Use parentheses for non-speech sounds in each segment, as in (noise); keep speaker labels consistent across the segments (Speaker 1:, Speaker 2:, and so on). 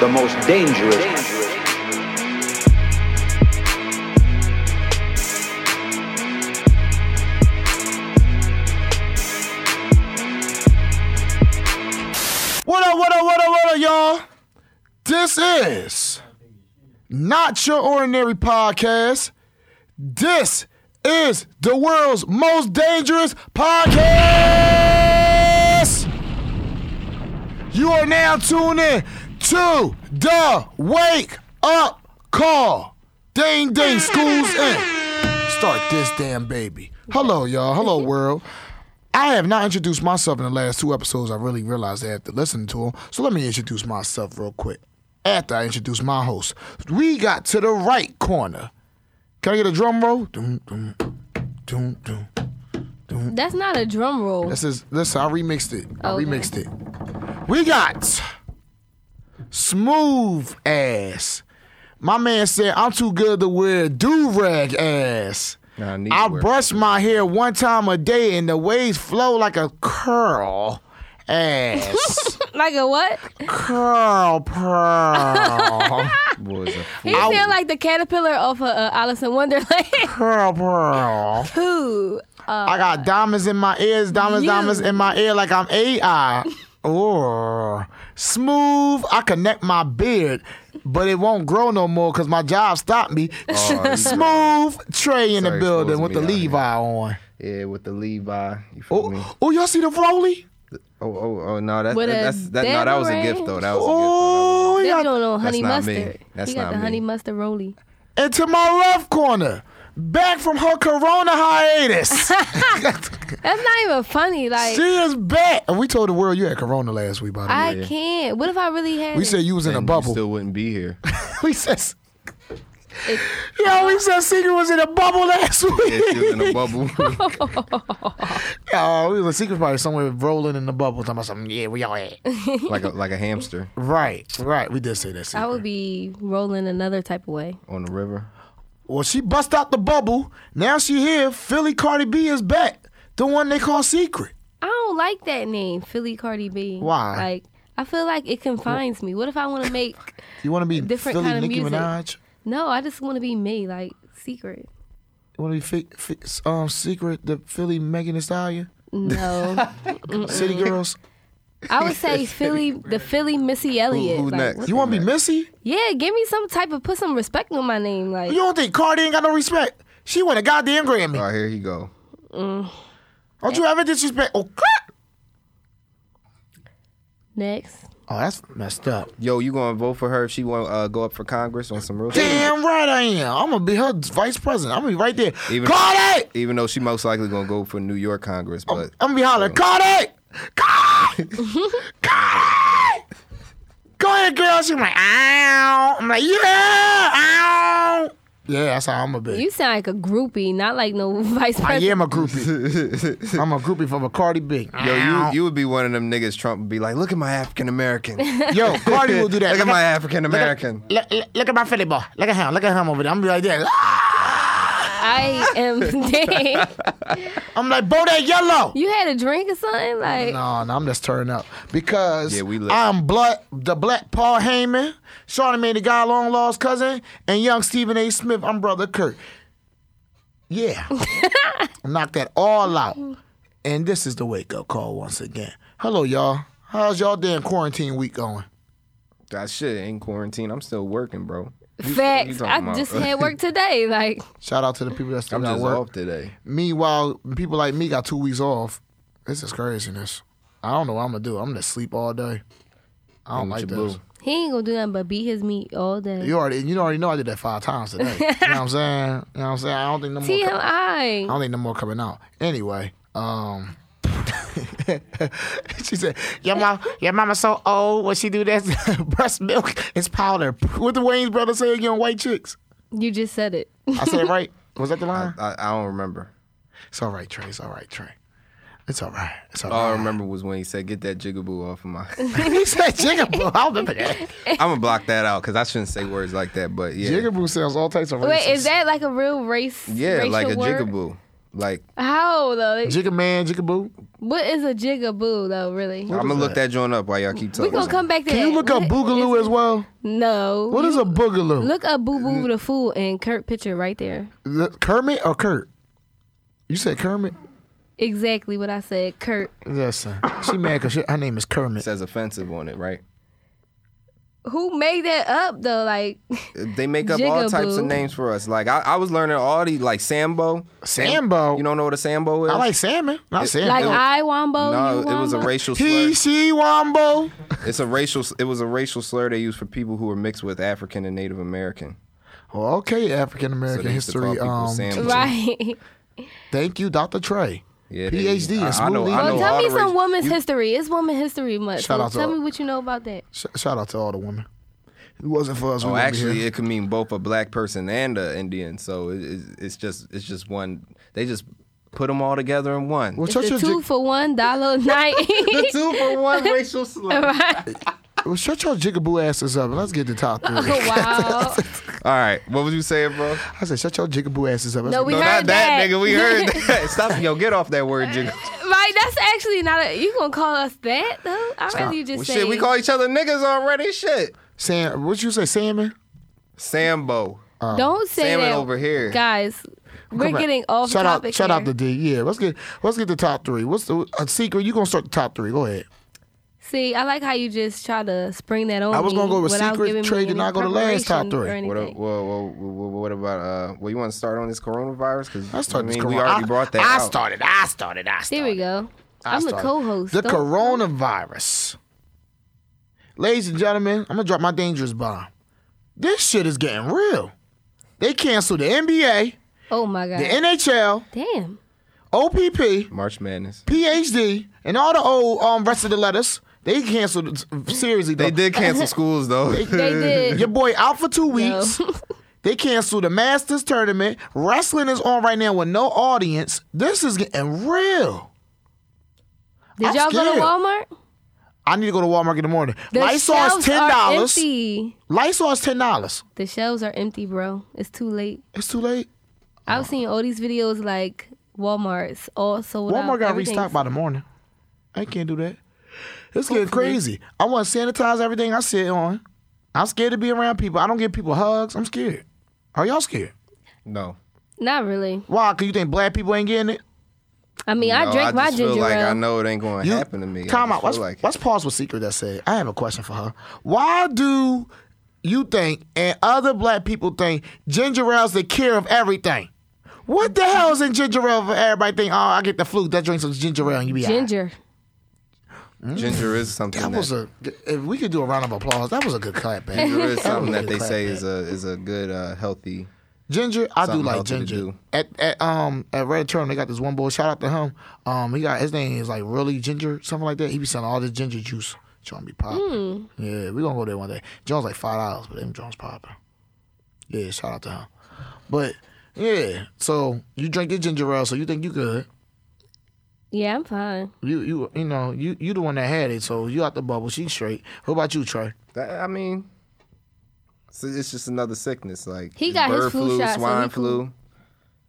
Speaker 1: the most dangerous.
Speaker 2: What up, what up, what up, what up, y'all? This is not your ordinary podcast. This is the world's most dangerous podcast. You are now tuned in to the wake up call. Ding ding, school's in. Start this damn baby. Hello, y'all. Hello, world. I have not introduced myself in the last two episodes. I really realized that after listening to them. So let me introduce myself real quick. After I introduce my host, we got to the right corner. Can I get a drum roll? Doom, doom, doom, doom.
Speaker 3: That's not a drum roll.
Speaker 2: This is listen. I remixed it. I
Speaker 3: Okay.
Speaker 2: remixed it. We got smooth ass. My man said I'm too good to wear do rag ass.
Speaker 4: Nah, I need
Speaker 2: I
Speaker 4: to wear-
Speaker 2: brush my hair one time a day and the waves flow like a curl
Speaker 3: (laughs)
Speaker 2: ass.
Speaker 3: (laughs) like a what?
Speaker 2: curl pearl.
Speaker 4: was a
Speaker 3: He sound like the caterpillar off of uh, Alice in Wonderland. (laughs)
Speaker 2: curl pearl.
Speaker 3: Who?
Speaker 2: I got diamonds in my ears, diamonds,
Speaker 3: You.
Speaker 2: diamonds in my ear like I'm
Speaker 4: (laughs)
Speaker 2: AI. or smooth, I connect my beard, but it won't grow no more because my job stopped
Speaker 4: (laughs)
Speaker 2: me.
Speaker 4: Oh,
Speaker 2: smooth, Trey in the
Speaker 4: Sorry,
Speaker 2: building
Speaker 4: exposing
Speaker 2: with the
Speaker 4: me out
Speaker 2: Levi
Speaker 4: here.
Speaker 2: on.
Speaker 4: yeah, with the Levi. You feel me?
Speaker 2: Oh, oh, y'all see the Rolly?
Speaker 4: Oh, oh, oh no, that,
Speaker 3: With a
Speaker 4: that's that. No, that was a gift though. That was a gift.
Speaker 2: Oh,
Speaker 3: They
Speaker 2: y'all-
Speaker 3: doing on
Speaker 4: That's
Speaker 3: honey
Speaker 4: not me.
Speaker 3: mustard.
Speaker 4: That's
Speaker 3: he got
Speaker 4: not
Speaker 3: the
Speaker 4: me.
Speaker 3: honey mustard rolly.
Speaker 2: And to my left corner, back from her corona hiatus.
Speaker 4: (laughs)
Speaker 3: That's not even funny. Like
Speaker 2: she is back. And we told the world you had corona last week, by the way.
Speaker 3: I can't. What if I really had?
Speaker 2: We
Speaker 3: it?
Speaker 2: said you was in a
Speaker 4: Then you
Speaker 2: bubble.
Speaker 4: still wouldn't be
Speaker 2: (laughs)
Speaker 4: here.
Speaker 2: we said
Speaker 3: It-
Speaker 2: Yo, we said Secret was in a bubble last
Speaker 4: Yeah, she was in a
Speaker 2: week.
Speaker 4: bubble.
Speaker 2: (laughs)
Speaker 3: (laughs)
Speaker 2: Yo, we was Secret probably somewhere rolling in the bubble talking about something. Yeah, we all at.
Speaker 3: (laughs)
Speaker 4: like a like a hamster
Speaker 2: right, right. We did say that. Secret.
Speaker 3: I would be rolling another type of way.
Speaker 4: on the river.
Speaker 2: well, she bust out the bubble. Now she here. Philly Cardi B is back. The one they call Secret.
Speaker 3: I don't like that name, Philly Cardi B.
Speaker 2: Why?
Speaker 3: Like I feel like it confines me. What if I want to
Speaker 4: (laughs)
Speaker 3: make?
Speaker 2: You want to be
Speaker 3: Different
Speaker 2: Philly
Speaker 3: kind of
Speaker 2: Nicki
Speaker 3: music.
Speaker 2: Minaj?
Speaker 3: No, I just want to be me. Like
Speaker 4: (laughs)
Speaker 3: secret.
Speaker 2: You want to be fi- fi- um, Secret, the Philly Megan Thee Stallion?
Speaker 3: No,
Speaker 2: City Girls?
Speaker 3: I would say Philly, the Philly Missy Elliott.
Speaker 4: who
Speaker 3: Like,
Speaker 4: next?
Speaker 3: what
Speaker 2: You want to be Missy?
Speaker 3: Yeah, give me some type of put some respect on my name, like
Speaker 2: You don't think Cardi ain't got no respect? She won a goddamn Grammy.
Speaker 4: All right, here you go.
Speaker 2: Don't you ever disrespect? Oh,
Speaker 3: next.
Speaker 2: oh, that's messed up.
Speaker 4: Yo, you gonna vote for her if she want uh, go up for Congress on some real shit?
Speaker 2: Damn right I am. I'm gonna be her vice president. I'm gonna be right there.
Speaker 4: Even-
Speaker 2: Cardi!
Speaker 4: Even though she most likely gonna go for New York Congress, but
Speaker 2: I'm gonna be hollering, Cardi! Cardi! (laughs) Cardi! Go ahead, girl. She's like, ow. I'm like, yeah, ow. Yeah, that's how I'm gonna be.
Speaker 3: You sound like a groupie, not like no (laughs) vice
Speaker 2: I
Speaker 3: president.
Speaker 2: am a
Speaker 4: (laughs)
Speaker 2: groupie. I'm a groupie from a Cardi B.
Speaker 4: yo, you you would be one of them niggas. Trump would be like, look at my
Speaker 3: (laughs)
Speaker 4: African American. look
Speaker 2: Yo, Cardi will do
Speaker 4: (laughs)
Speaker 2: that.
Speaker 4: at
Speaker 2: (laughs)
Speaker 4: my African American.
Speaker 2: Look, look, look at my Philly boy. Look at him. Look at him over there. (laughs) I'm gonna be like that.
Speaker 3: I am
Speaker 2: (laughs)
Speaker 3: dead.
Speaker 2: I'm like, bow that yellow.
Speaker 3: You had a drink or something? Like
Speaker 2: No, no, I'm just turning up because
Speaker 4: Yeah, we lit.
Speaker 2: I'm blood, the black Paul Heyman, Shawn May, the guy long lost cousin, and young Stephen A. Smith. I'm brother Kurt. Yeah, knock that all out. And this is the wake up call once again. Hello, y'all. How's y'all damn quarantine week going?
Speaker 4: That shit in quarantine. I'm still working, bro.
Speaker 3: facts.
Speaker 4: talking
Speaker 3: I
Speaker 4: about-
Speaker 3: just had work today. Like
Speaker 2: Shout out to the people that still
Speaker 4: (laughs) I'm
Speaker 2: got
Speaker 4: just
Speaker 2: work.
Speaker 4: off today.
Speaker 2: Meanwhile, people like me got two weeks off. This is craziness. I don't know what I'm gonna do. I'm gonna sleep all day. I don't
Speaker 4: With
Speaker 2: like
Speaker 4: your
Speaker 2: this.
Speaker 4: boo.
Speaker 3: he ain't gonna do nothing but beat his meat all day.
Speaker 2: You already you already know I did that five times today. you know what I'm saying? You know what I'm saying? I don't think no more
Speaker 3: TMI.
Speaker 2: co- I don't think no more coming out. Anyway, um (laughs) she said, Your mom your mama's so old when she do that (laughs) breast milk is powder. What the Wayne's brother say again, white chicks.
Speaker 3: You just said it.
Speaker 2: I
Speaker 3: (laughs)
Speaker 2: said it right. Was that the line?
Speaker 4: I, I don't remember.
Speaker 2: It's all right, Trey. It's all right, Trey. It's all right. It's all
Speaker 4: All I
Speaker 2: right.
Speaker 4: remember was when he said, "Get that jigaboo off of my."
Speaker 3: (laughs)
Speaker 4: (laughs)
Speaker 2: (laughs) he said jigaboo. I remember that.
Speaker 4: I'm gonna block that out because I shouldn't say words like that. But yeah,
Speaker 2: Jigaboo sounds all types of racist.
Speaker 3: Wait, is that like a real race?
Speaker 4: yeah,
Speaker 3: racial
Speaker 4: like a
Speaker 3: word?
Speaker 4: jigaboo. Like
Speaker 3: How though? Like,
Speaker 2: Jigga man, jigga boo.
Speaker 3: what is a jigaboo though? Really?
Speaker 4: I'm gonna look that joint up while y'all
Speaker 3: We
Speaker 4: keep talking.
Speaker 3: gonna come back to
Speaker 2: Can
Speaker 3: that.
Speaker 2: you look up
Speaker 3: What
Speaker 2: boogaloo
Speaker 3: is-
Speaker 2: as well?
Speaker 3: No.
Speaker 2: What is a boogaloo?
Speaker 3: Look up Boo Boo the Fool and Kurt picture right there.
Speaker 2: The- Kermit or Kurt? You said Kermit?
Speaker 3: Exactly what I said. Kurt.
Speaker 2: Yes, sir. She mad because her name is
Speaker 4: It
Speaker 2: Kermit.
Speaker 4: says offensive on it, right?
Speaker 3: Who made that up though? Like (laughs)
Speaker 4: They make up all types of
Speaker 3: Jigaboo.
Speaker 4: names for us. Like I, I was learning all these like Sambo.
Speaker 2: Sambo?
Speaker 4: You don't know what a Sambo is?
Speaker 2: I like salmon. Not salmon.
Speaker 3: like
Speaker 4: it was-
Speaker 3: I Wombo.
Speaker 4: No,
Speaker 3: Oh, you
Speaker 4: it was
Speaker 3: (laughs)
Speaker 4: a
Speaker 3: Wombo?
Speaker 4: racial slur.
Speaker 2: he, she, wombo.
Speaker 4: It's a racial. It was a racial slur they used for people who were mixed with African and Native American.
Speaker 2: Well, okay, African American
Speaker 4: So they used to
Speaker 2: history.
Speaker 4: call people
Speaker 2: Um,
Speaker 4: Sam.
Speaker 3: Right.
Speaker 2: thank you, Dr. Trey.
Speaker 4: Yeah, they-
Speaker 2: PhD in
Speaker 4: I- I know-
Speaker 2: smoothie.
Speaker 4: I
Speaker 3: Well,
Speaker 4: know
Speaker 3: tell
Speaker 4: all
Speaker 3: me
Speaker 4: the raci-
Speaker 3: some woman's history. It's woman history month.
Speaker 2: Shout
Speaker 3: So
Speaker 2: out to
Speaker 3: tell
Speaker 2: all-
Speaker 3: me what you know about that.
Speaker 2: Sh- shout out to all the women. It wasn't for us. we
Speaker 4: Oh,
Speaker 2: wouldn't be
Speaker 4: actually,
Speaker 2: here.
Speaker 4: it could mean both a black person and a Indian. So it, it's, it's just it's just one. They just put them all together in one.
Speaker 2: Well,
Speaker 3: It's
Speaker 2: shut
Speaker 3: a
Speaker 2: your
Speaker 3: two
Speaker 2: jig-
Speaker 3: for one
Speaker 2: (laughs)
Speaker 3: dollar ninety.
Speaker 4: two for (laughs) one racial slur. All
Speaker 2: well, shut your jigaboo asses up and let's get to top
Speaker 3: (laughs)
Speaker 2: three.
Speaker 3: (laughs) wow.
Speaker 4: right, what was you saying, bro?
Speaker 2: I said, shut your jigaboo asses up. Let's
Speaker 3: No,
Speaker 2: get-
Speaker 3: we
Speaker 4: no,
Speaker 3: heard
Speaker 4: not that,
Speaker 3: that.
Speaker 4: nigga. We heard that. (laughs) Stop, yo, get off that (laughs) word, jigga.
Speaker 3: Right, that's actually not a. You gonna call us that though? I'd rather you just
Speaker 4: Well,
Speaker 3: say.
Speaker 4: shit, we call each other niggas already. Shit,
Speaker 2: Sam, what you say, salmon?
Speaker 4: Sambo,
Speaker 3: Don't say
Speaker 4: salmon
Speaker 3: that,
Speaker 4: over here.
Speaker 3: guys. We're
Speaker 2: Come back.
Speaker 3: getting off
Speaker 2: shout
Speaker 3: topic.
Speaker 2: Out, shout
Speaker 3: here.
Speaker 2: out to D. Yeah, let's get let's get the top three. What's the a secret? You gonna start the top three? Go ahead.
Speaker 3: See, I like how you just try to spring that on.
Speaker 2: I was
Speaker 3: me
Speaker 2: gonna go with
Speaker 3: without
Speaker 2: secret.
Speaker 3: giving me
Speaker 2: Trey did
Speaker 3: any
Speaker 2: not go to last top
Speaker 3: preparation
Speaker 2: three.
Speaker 3: or
Speaker 4: What,
Speaker 3: anything.
Speaker 4: what, what, what, what about uh? Well, you want to start on this coronavirus? Because
Speaker 2: I started. this
Speaker 4: we
Speaker 2: corona-
Speaker 4: already
Speaker 2: I-
Speaker 4: brought that.
Speaker 2: I
Speaker 4: out.
Speaker 2: started. I started. I started.
Speaker 3: There we go.
Speaker 2: I
Speaker 3: I'm the
Speaker 2: started.
Speaker 3: co-host.
Speaker 2: The
Speaker 3: Don't-
Speaker 2: coronavirus. Ladies and gentlemen, I'm gonna drop my dangerous bomb. This shit is getting real. They canceled the NBA,
Speaker 3: Oh my god.
Speaker 2: the NHL,
Speaker 3: Damn.
Speaker 2: OPP,
Speaker 4: March Madness.
Speaker 2: PhD, and all the old um rest of the letters. They canceled it seriously. Though.
Speaker 4: They did cancel schools though.
Speaker 3: They did.
Speaker 2: Your boy out for two weeks.
Speaker 3: (laughs)
Speaker 2: they canceled the Masters tournament. Wrestling is on right now with no audience. This is getting real.
Speaker 3: Did
Speaker 2: I'm
Speaker 3: y'all go to
Speaker 2: scared.
Speaker 3: Walmart?
Speaker 2: I need to go to Walmart in the morning.
Speaker 3: The
Speaker 2: Lysol is
Speaker 3: shelves
Speaker 2: ten
Speaker 3: are
Speaker 2: dollars.
Speaker 3: empty.
Speaker 2: Lysol is ten dollars.
Speaker 3: The shelves are empty, bro. It's too late.
Speaker 2: It's too late.
Speaker 3: I've seen all these videos like Walmart's all sold out.
Speaker 2: Walmart got
Speaker 3: Everything's-
Speaker 2: restocked by the morning. I can't do that. It's getting crazy. I want to sanitize everything I sit on. I'm scared to be around people. I don't give people hugs. I'm scared. Are y'all scared?
Speaker 4: (laughs) No.
Speaker 3: Not really.
Speaker 2: Why? Cause you think black people ain't getting it?
Speaker 3: I mean, I
Speaker 4: No,
Speaker 3: drank my
Speaker 4: just feel
Speaker 3: ginger
Speaker 4: like
Speaker 3: ale.
Speaker 4: I know it ain't going to
Speaker 2: You-
Speaker 4: happen to me. I
Speaker 2: Time
Speaker 4: just
Speaker 2: out.
Speaker 4: feel
Speaker 2: Let's,
Speaker 4: like
Speaker 2: let's pause with Secret that said, I have a question for her. Why do you think and other black people think ginger ale's the cure of everything? What the hell is in ginger ale for everybody think, oh, I get the flu, that drink some ginger ale and you be all right."
Speaker 3: Ginger.
Speaker 4: ginger is something
Speaker 2: That
Speaker 4: that,
Speaker 2: was a, if we could do a round of applause, that was a good clap, man. (laughs)
Speaker 4: ginger (laughs) is something
Speaker 2: was a
Speaker 4: that they
Speaker 2: clap,
Speaker 4: say is a is a good uh, healthy.
Speaker 2: Ginger, I do
Speaker 4: Something
Speaker 2: like
Speaker 4: healthy to
Speaker 2: ginger.
Speaker 4: do.
Speaker 2: At, at um at Red Turn, they got this one boy. Shout out to him. Um, he got his name is like really ginger, something like that. He be selling all this ginger juice. Jones be popping. Yeah, we gonna go there one day. Jones like five dollars, but them Jones popping. Yeah, shout out to him. But yeah, so you drink your ginger ale, so you think you good.
Speaker 3: Yeah, I'm fine. (laughs)
Speaker 2: You you you know you you the one that had it, so you out the bubble. She straight. What about you, Trey?
Speaker 4: That, I mean, it's, it's just another sickness. Like
Speaker 3: He
Speaker 4: it's
Speaker 3: got his
Speaker 4: bird
Speaker 3: flu
Speaker 4: flu,
Speaker 3: shot, so
Speaker 4: swine
Speaker 3: he cool.
Speaker 4: flu.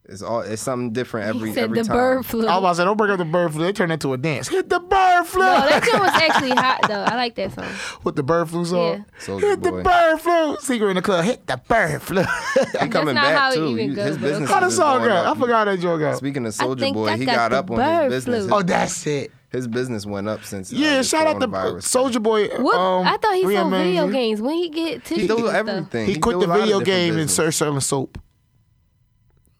Speaker 4: It's all it's something different every
Speaker 3: He said
Speaker 4: every
Speaker 3: the
Speaker 4: time.
Speaker 3: bird
Speaker 4: (laughs)
Speaker 3: flu.
Speaker 2: I was
Speaker 3: no,
Speaker 2: about to say, don't bring up the bird flu. They turned that to a dance. Hit the bird flu
Speaker 3: that song was actually hot though. I like that song.
Speaker 2: with the bird flu song.
Speaker 3: Yeah.
Speaker 4: Soulja
Speaker 2: Hit the
Speaker 4: Boy.
Speaker 2: bird flu. Secret in the club. Hit the bird
Speaker 4: (laughs)
Speaker 2: flu.
Speaker 4: He coming
Speaker 3: not
Speaker 4: back
Speaker 3: how it
Speaker 4: too.
Speaker 3: even
Speaker 4: You-
Speaker 3: goes,
Speaker 4: his
Speaker 3: but
Speaker 4: business.
Speaker 2: How the
Speaker 4: is
Speaker 2: song
Speaker 4: going
Speaker 2: go? I
Speaker 4: up.
Speaker 2: forgot that joke go.
Speaker 4: Speaking of
Speaker 3: I
Speaker 4: Soldier
Speaker 3: think
Speaker 4: Boy,
Speaker 3: I
Speaker 4: he
Speaker 3: got
Speaker 4: got
Speaker 3: the
Speaker 4: up on
Speaker 3: bird
Speaker 4: his
Speaker 3: flu.
Speaker 4: business.
Speaker 2: Oh,
Speaker 4: His,
Speaker 2: that's it.
Speaker 4: his business went up since uh,
Speaker 2: Yeah,
Speaker 4: this
Speaker 2: shout out to
Speaker 4: uh, coronavirus.
Speaker 2: Soldier Boy.
Speaker 3: What?
Speaker 2: um,
Speaker 3: I thought he
Speaker 2: Ria
Speaker 3: sold video
Speaker 2: Manager.
Speaker 3: games. When he get
Speaker 4: He
Speaker 3: tissues
Speaker 4: do
Speaker 3: and stuff.
Speaker 4: everything.
Speaker 2: He quit
Speaker 4: do
Speaker 2: the
Speaker 4: a lot of
Speaker 2: video
Speaker 4: different
Speaker 2: game and
Speaker 4: business.
Speaker 2: started selling soap.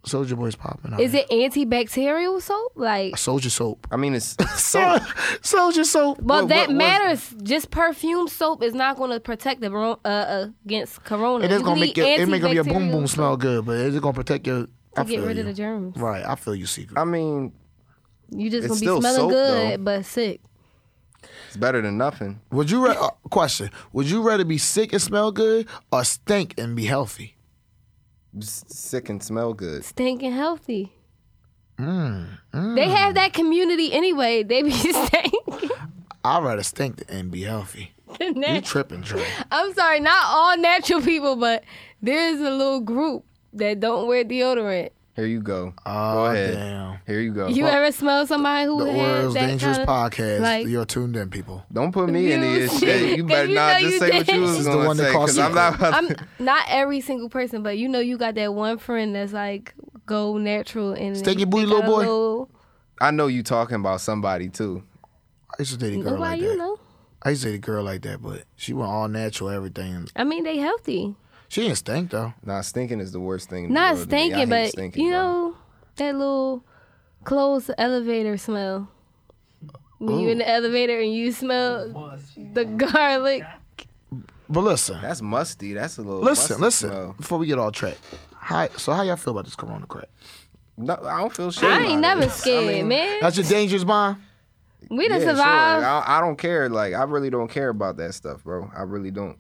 Speaker 2: Soldier Boy's popping. out.
Speaker 3: Is it antibacterial soap? Like,
Speaker 2: Soldier
Speaker 3: (laughs)
Speaker 2: soap?
Speaker 4: I
Speaker 2: (laughs)
Speaker 4: mean, it's
Speaker 2: Soldier soap.
Speaker 3: well,
Speaker 4: What-
Speaker 3: that
Speaker 4: what- what-
Speaker 3: matters. Just perfume soap is not going to protect the bro- uh, against corona.
Speaker 2: It is
Speaker 3: You
Speaker 2: gonna make
Speaker 3: need
Speaker 2: your it make your
Speaker 3: antibacterial
Speaker 2: boom boom
Speaker 3: soap
Speaker 2: smell good, but it's gonna protect your. I
Speaker 3: to get
Speaker 2: feel
Speaker 3: rid of
Speaker 2: you.
Speaker 3: the germs.
Speaker 2: Right, I feel you, secret.
Speaker 4: I mean,
Speaker 3: You just
Speaker 4: It's
Speaker 3: gonna be
Speaker 4: still
Speaker 3: smelling
Speaker 4: soap,
Speaker 3: good, but sick.
Speaker 4: it's better than nothing.
Speaker 2: Would you ra- uh, question? Would you rather be sick and smell good, or stink and be healthy?
Speaker 4: S- sick and smell good.
Speaker 3: Stinking healthy.
Speaker 2: Mm,
Speaker 3: They have that community anyway. They be (laughs) stinking.
Speaker 2: I'd rather stink and be healthy.
Speaker 3: than
Speaker 2: You
Speaker 3: that.
Speaker 2: tripping,
Speaker 3: (laughs)
Speaker 2: Trey?
Speaker 3: I'm sorry, not all natural people, but there's a little group that don't wear deodorant.
Speaker 4: Here you go. go
Speaker 2: Ah,
Speaker 4: ahead.
Speaker 2: damn.
Speaker 4: Here you go.
Speaker 3: You ever smell somebody who
Speaker 2: The
Speaker 3: has
Speaker 2: Orioles
Speaker 3: that
Speaker 2: Dangerous
Speaker 3: kind of,
Speaker 2: Podcast.
Speaker 3: like-
Speaker 2: You're tuned in, people.
Speaker 4: Don't put me in
Speaker 3: You
Speaker 4: this shit. You
Speaker 3: said-
Speaker 4: better
Speaker 3: you
Speaker 4: not
Speaker 3: know
Speaker 4: just
Speaker 3: you
Speaker 4: say what
Speaker 3: did.
Speaker 4: you
Speaker 3: This
Speaker 4: was
Speaker 2: is the
Speaker 4: going
Speaker 2: one
Speaker 4: to
Speaker 2: that
Speaker 4: say
Speaker 2: calls
Speaker 4: because I'm not.
Speaker 2: (laughs)
Speaker 3: (laughs)
Speaker 4: About
Speaker 3: I'm not every single person, but you know you got that one friend that's like go natural and
Speaker 2: Stinky
Speaker 3: they
Speaker 2: booty
Speaker 3: got
Speaker 2: little
Speaker 3: a
Speaker 2: boy?
Speaker 3: little-
Speaker 4: (laughs) I know you talking about somebody too.
Speaker 2: I used to date a girl
Speaker 3: Nobody
Speaker 2: like
Speaker 3: you
Speaker 2: that.
Speaker 3: know.
Speaker 2: I used to date a girl like that, but she went all natural, everything.
Speaker 3: I mean, they healthy.
Speaker 2: She didn't stink though.
Speaker 4: Nah, stinking is the worst thing. in the
Speaker 3: Not
Speaker 4: world to me. I
Speaker 3: stinking,
Speaker 4: hate
Speaker 3: but
Speaker 4: stinking,
Speaker 3: you
Speaker 4: bro.
Speaker 3: know that little closed elevator smell. When you in the elevator and you smell the garlic.
Speaker 2: But listen,
Speaker 4: that's musty. That's a little.
Speaker 2: listen,
Speaker 4: musty
Speaker 2: listen.
Speaker 4: smell.
Speaker 2: Before we get all track, hi. So how y'all feel about this Corona crap?
Speaker 4: No, I don't feel shit.
Speaker 3: I
Speaker 4: about
Speaker 3: ain't never
Speaker 4: it.
Speaker 3: scared,
Speaker 4: I mean,
Speaker 3: man.
Speaker 2: That's your dangerous mind.
Speaker 3: We done
Speaker 4: yeah, sure.
Speaker 3: survived.
Speaker 4: I, I don't care. Like I really don't care about that stuff, bro. I really don't.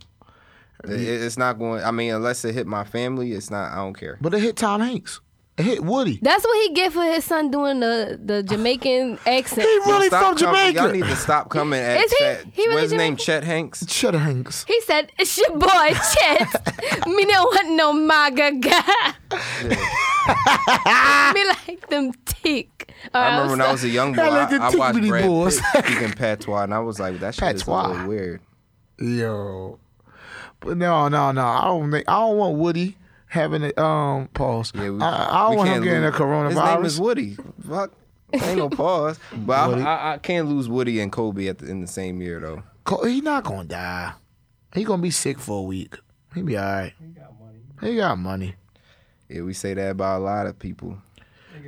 Speaker 4: It- it- it's not going. I mean, unless it hit my family, it's not. I don't care.
Speaker 2: But it hit Tom Hanks. It hit Woody.
Speaker 3: That's what he get for his son doing the the Jamaican accent.
Speaker 2: He really
Speaker 4: Stop
Speaker 2: from
Speaker 4: coming-
Speaker 2: Jamaica.
Speaker 4: Y'all need to
Speaker 3: (laughs)
Speaker 4: stop coming at
Speaker 3: Is he-
Speaker 4: Chet.
Speaker 3: he really
Speaker 4: What's his name?
Speaker 3: Jamaican?
Speaker 4: Chet Hanks.
Speaker 2: Cheddar Hanks.
Speaker 3: He said, "It's your boy Chet. me don't want no MAGA guy. me like them tick." Or
Speaker 4: I remember when I
Speaker 3: so-
Speaker 4: was a young boy,
Speaker 2: I
Speaker 4: I,
Speaker 2: like the
Speaker 4: I watched
Speaker 2: tickety
Speaker 4: Brad
Speaker 2: boys.
Speaker 4: Pitt speaking patois, and I was like, "That shit is a
Speaker 2: Patois.
Speaker 4: little weird."
Speaker 2: Yo. But no, no, no. I don't think I don't want Woody having a um pause. I, I don't
Speaker 4: we
Speaker 2: want him
Speaker 4: can't
Speaker 2: getting
Speaker 4: lose-
Speaker 2: a coronavirus.
Speaker 4: His name is Woody. Fuck,
Speaker 3: (laughs)
Speaker 4: ain't no pause. But I, I, I can't lose Woody and Kobe at the, in the same year though.
Speaker 2: Co- He not gonna die. He gonna be sick for a week. He be all right. He got money.
Speaker 4: Yeah, we say that about a lot of people,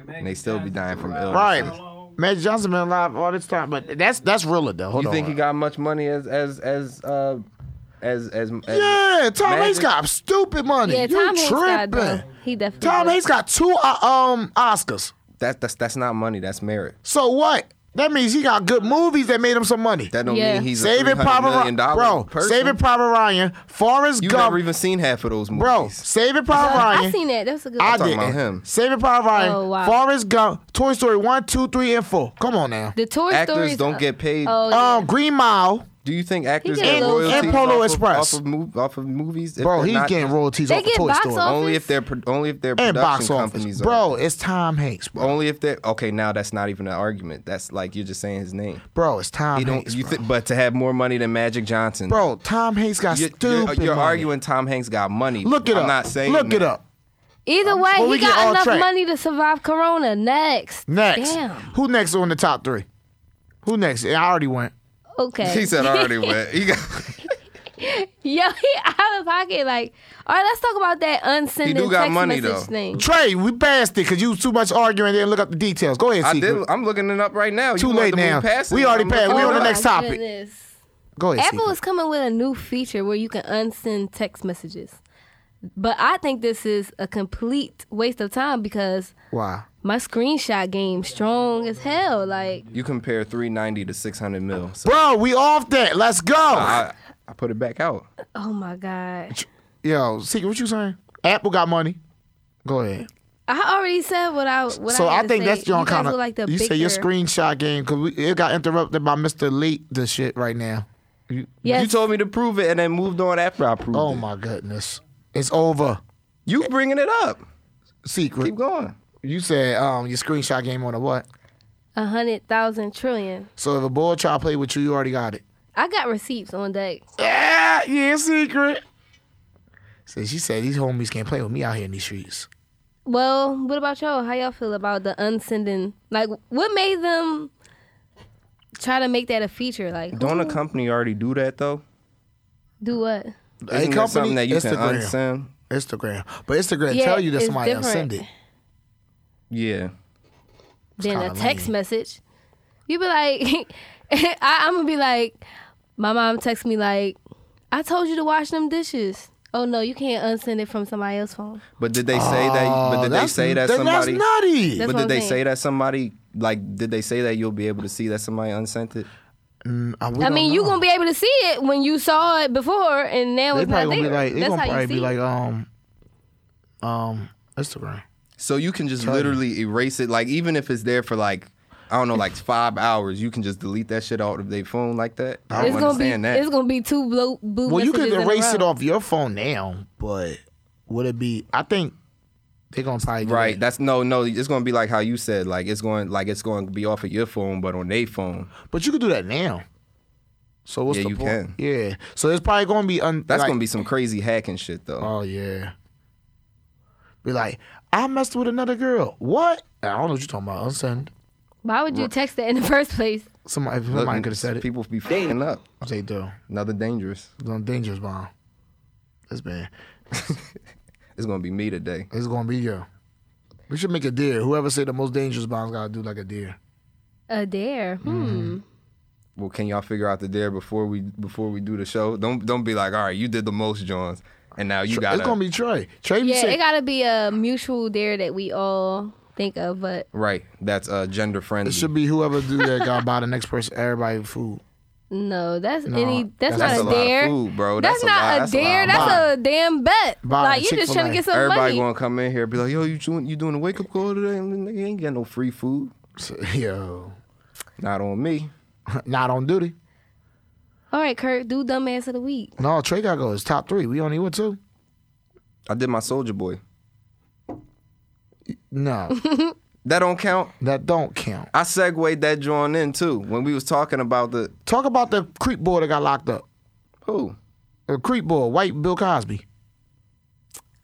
Speaker 4: and they still be dying from illness.
Speaker 2: Right. Magic Johnson been alive all this time, but that's that's real though. Hold
Speaker 4: You
Speaker 2: on.
Speaker 4: think he got much money as as as uh as as, as
Speaker 2: yeah, Tom
Speaker 4: Magic?
Speaker 2: Hanks got stupid money.
Speaker 3: yeah,
Speaker 2: you
Speaker 3: Tom Hanks got
Speaker 2: tripping?
Speaker 3: though. He definitely.
Speaker 2: Tom
Speaker 3: got-
Speaker 2: Hanks got two uh, um Oscars.
Speaker 4: That, that's that's not money. That's merit.
Speaker 2: So what? That means he got good movies that made him some money.
Speaker 4: That don't
Speaker 3: Yeah.
Speaker 4: mean he's a
Speaker 2: Saving
Speaker 4: three hundred
Speaker 2: Private
Speaker 4: million
Speaker 2: Ryan,
Speaker 4: dollar
Speaker 2: bro.
Speaker 4: person.
Speaker 2: Saving Private Ryan, Forrest
Speaker 4: You
Speaker 2: Gump,
Speaker 4: never even seen half of those movies,
Speaker 2: bro. Saving Private
Speaker 3: I
Speaker 2: Ryan.
Speaker 3: seen that. That was a good.
Speaker 2: I
Speaker 3: one.
Speaker 4: talking
Speaker 2: did
Speaker 4: about him.
Speaker 2: Saving Private Ryan,
Speaker 3: Oh, wow.
Speaker 2: Forrest Gump, Toy Story one, two, three, and 4. Come on now.
Speaker 3: The Toy
Speaker 4: Actors
Speaker 3: Stories-
Speaker 4: don't get paid.
Speaker 3: Oh, yeah.
Speaker 2: Um, Green Mile,
Speaker 4: Do you think actors
Speaker 3: get
Speaker 4: get
Speaker 3: a little-
Speaker 4: royalties
Speaker 3: And
Speaker 2: Polo
Speaker 4: off of-
Speaker 2: Express.
Speaker 4: off of, mov- off of movies? If
Speaker 2: bro.
Speaker 4: they're
Speaker 2: He's
Speaker 4: not-
Speaker 2: getting royalties
Speaker 3: They
Speaker 2: off of
Speaker 3: get
Speaker 2: Toy
Speaker 3: box
Speaker 2: Story
Speaker 3: office?
Speaker 4: only if their pro- only if their
Speaker 2: and
Speaker 4: production
Speaker 2: box office,
Speaker 4: companies
Speaker 2: bro.
Speaker 4: are.
Speaker 2: It's Tom Hanks, bro.
Speaker 4: Only if they're okay. Now that's not even an argument. That's like you're just saying his name.
Speaker 2: Bro, it's Tom
Speaker 4: You don't.
Speaker 2: Hanks,
Speaker 4: You
Speaker 2: bro.
Speaker 4: thi- but to have more money than Magic Johnson,
Speaker 2: Bro, Tom Hanks got
Speaker 4: You're, you're-
Speaker 2: stupid.
Speaker 4: you're
Speaker 2: money.
Speaker 4: arguing Tom Hanks got money.
Speaker 2: Look it
Speaker 4: I'm
Speaker 2: up.
Speaker 4: not saying.
Speaker 2: Look it
Speaker 4: that.
Speaker 2: up.
Speaker 4: um,
Speaker 3: Either way,
Speaker 2: Well, we
Speaker 3: he
Speaker 2: get
Speaker 3: got
Speaker 2: off
Speaker 3: enough
Speaker 2: track.
Speaker 3: money to survive Corona. Next.
Speaker 2: Next,
Speaker 3: Damn.
Speaker 2: who next on the top three? Who next? I already went.
Speaker 3: Okay.
Speaker 4: He said
Speaker 2: (laughs)
Speaker 4: I already went. He got,
Speaker 3: Yo, he out of pocket. Like, all right, let's talk about that unsending
Speaker 4: He do got
Speaker 3: text
Speaker 4: money,
Speaker 3: message
Speaker 4: though.
Speaker 3: thing.
Speaker 2: Trey, we passed it because you was too much arguing there and look up the details. Go ahead,
Speaker 4: I
Speaker 2: Secret.
Speaker 4: did. I'm looking it up right now. You
Speaker 2: Too
Speaker 4: want
Speaker 2: late
Speaker 4: to move
Speaker 2: now.
Speaker 4: past it?
Speaker 2: We already
Speaker 4: I'm
Speaker 2: passed.
Speaker 4: looking
Speaker 2: We
Speaker 4: it
Speaker 2: on the
Speaker 4: up.
Speaker 2: next
Speaker 3: Oh my
Speaker 2: topic.
Speaker 3: goodness.
Speaker 2: Go ahead,
Speaker 3: Apple
Speaker 2: Secret.
Speaker 3: is coming with a new feature where you can unsend text messages. But I think this is a complete waste of time because
Speaker 2: Wow.
Speaker 3: my screenshot game strong as hell. Like
Speaker 4: You compare 390 to 600 mil.
Speaker 2: (laughs)
Speaker 4: So
Speaker 2: Bro, we off that. Let's go.
Speaker 4: I, I put it back out.
Speaker 3: oh my god,
Speaker 2: Yo, Secret, what you saying? Apple got money. Go ahead.
Speaker 3: I already said what I. What
Speaker 2: so
Speaker 3: I,
Speaker 2: I
Speaker 3: had
Speaker 2: think
Speaker 3: to say.
Speaker 2: that's your
Speaker 3: you guys
Speaker 2: kind of.
Speaker 3: look like the
Speaker 2: you say your
Speaker 3: bigger-
Speaker 2: screenshot game because it got interrupted by Mr. Late the shit right now. You-
Speaker 3: Yes.
Speaker 4: You told me to prove it and then moved on after I proved
Speaker 2: oh
Speaker 4: it.
Speaker 2: my goodness, it's over.
Speaker 4: You bringing it up.
Speaker 2: Secret,
Speaker 4: Keep going.
Speaker 2: you said um your screenshot game on a what?
Speaker 3: a hundred thousand trillion.
Speaker 2: So if a boy try to play with you, you already got it.
Speaker 3: I got receipts on deck.
Speaker 2: Yeah, yeah, secret. So she said these homies can't play with me out here in these streets.
Speaker 3: Well, what about y'all? How y'all feel about the unsending? Like, what made them try to make that a feature? Like,
Speaker 4: Don't
Speaker 3: who-
Speaker 4: a company already do that though?
Speaker 3: do what?
Speaker 2: A
Speaker 4: Isn't that something that you
Speaker 2: Instagram,
Speaker 4: can unsend?
Speaker 2: Instagram, but Instagram
Speaker 3: Yeah,
Speaker 2: tell you that
Speaker 3: it's
Speaker 2: somebody
Speaker 3: different.
Speaker 2: unsend it.
Speaker 4: Yeah.
Speaker 3: Then a
Speaker 2: kinda
Speaker 3: text
Speaker 2: lame.
Speaker 3: message. You be like, (laughs) I, I'm gonna be like, my mom texts me like, I told you to wash them dishes. Oh no, you can't unsend it from somebody else's phone.
Speaker 4: But did they say that? But did they
Speaker 2: Uh, that's-
Speaker 4: say that
Speaker 2: Ah, that's
Speaker 4: somebody?
Speaker 2: nutty.
Speaker 3: That's
Speaker 4: but
Speaker 3: what
Speaker 4: did
Speaker 3: I'm
Speaker 4: they
Speaker 3: saying.
Speaker 4: say that somebody like? Did they say that you'll be able to see that somebody unsent it?
Speaker 2: Mm, I,
Speaker 3: I mean, you gonna be able to see it when you saw it before, and now
Speaker 2: They
Speaker 3: it's not
Speaker 2: probably
Speaker 3: there.
Speaker 2: gonna be like. They
Speaker 3: That's
Speaker 2: gonna
Speaker 3: how
Speaker 2: probably
Speaker 3: you see.
Speaker 2: be like um, um, Instagram.
Speaker 4: So you can just literally erase it. Like even if it's there for like I don't know, like five hours, you can just delete that shit out of their phone like that. I
Speaker 3: it.
Speaker 4: don't
Speaker 3: It's gonna be
Speaker 4: understand that.
Speaker 3: it's gonna be two blue blue.
Speaker 2: Well, you
Speaker 3: messages
Speaker 2: could
Speaker 3: in a
Speaker 2: erase it
Speaker 3: row.
Speaker 2: off your phone now, but would it be? I think
Speaker 1: They gonna probably do
Speaker 4: Right.
Speaker 1: that.
Speaker 4: That's no, no. It's gonna be like how you said. Like it's going, like it's going to be off of your phone, but on their phone.
Speaker 2: But you could do that now. So what's
Speaker 4: Yeah,
Speaker 2: the
Speaker 4: you
Speaker 2: point?
Speaker 4: can.
Speaker 2: Yeah. So it's probably gonna be un-
Speaker 4: That's
Speaker 2: like-
Speaker 4: gonna be some crazy hacking shit though.
Speaker 2: Oh yeah. Be like, I messed with another girl. What? I don't know what you're talking about. Unsend.
Speaker 3: Why would you text that in the first place?
Speaker 2: Somebody,
Speaker 4: Look,
Speaker 2: somebody could have said it.
Speaker 4: People be fucking up.
Speaker 2: They do.
Speaker 4: Another dangerous.
Speaker 2: It's on dangerous bomb. That's bad.
Speaker 4: It's gonna be me today.
Speaker 2: It's gonna be you. We should make a deer. Whoever say the most dangerous bombs gotta do like a deer.
Speaker 3: A dare.
Speaker 2: Mm-hmm.
Speaker 3: Hmm.
Speaker 4: Well, can y'all figure out the dare before we before we do the show? Don't don't be like, all right, you did the most, Johns, and now you got
Speaker 2: it's gonna be Trey. Trey, you
Speaker 3: Yeah,
Speaker 2: say
Speaker 3: it gotta be a mutual dare that we all think of, but
Speaker 4: right. That's uh, gender friendly.
Speaker 2: it should be whoever do that got by the next person. Everybody food.
Speaker 3: no, that's any that's,
Speaker 2: that's
Speaker 3: not
Speaker 4: that's a
Speaker 3: a
Speaker 4: lot
Speaker 3: dare.
Speaker 4: of food, bro.
Speaker 3: That's,
Speaker 4: a
Speaker 3: not
Speaker 4: lot.
Speaker 3: a
Speaker 4: That's
Speaker 3: dare.
Speaker 4: lot.
Speaker 3: that's
Speaker 2: Buy.
Speaker 3: a damn bet.
Speaker 2: Buy
Speaker 3: like you just
Speaker 2: Chick-fil-A.
Speaker 3: trying to get some
Speaker 4: Everybody
Speaker 3: money.
Speaker 4: gonna come in here and be like, yo, you doing you doing a wake up call today? And nigga, you ain't got no free food.
Speaker 2: So, (laughs) yo,
Speaker 4: Not on me.
Speaker 2: not on duty.
Speaker 3: All right, Kurt, do dumbass of the week.
Speaker 2: No, Trey gotta go. It's top three. We only went two.
Speaker 4: I did my soldier boy.
Speaker 3: (laughs)
Speaker 2: No,
Speaker 4: That don't count.
Speaker 2: that don't count.
Speaker 4: I segued that joint in too when we was talking about the
Speaker 2: Talk about the creep boy that got locked up.
Speaker 4: who.
Speaker 2: The creep boy, white Bill Cosby.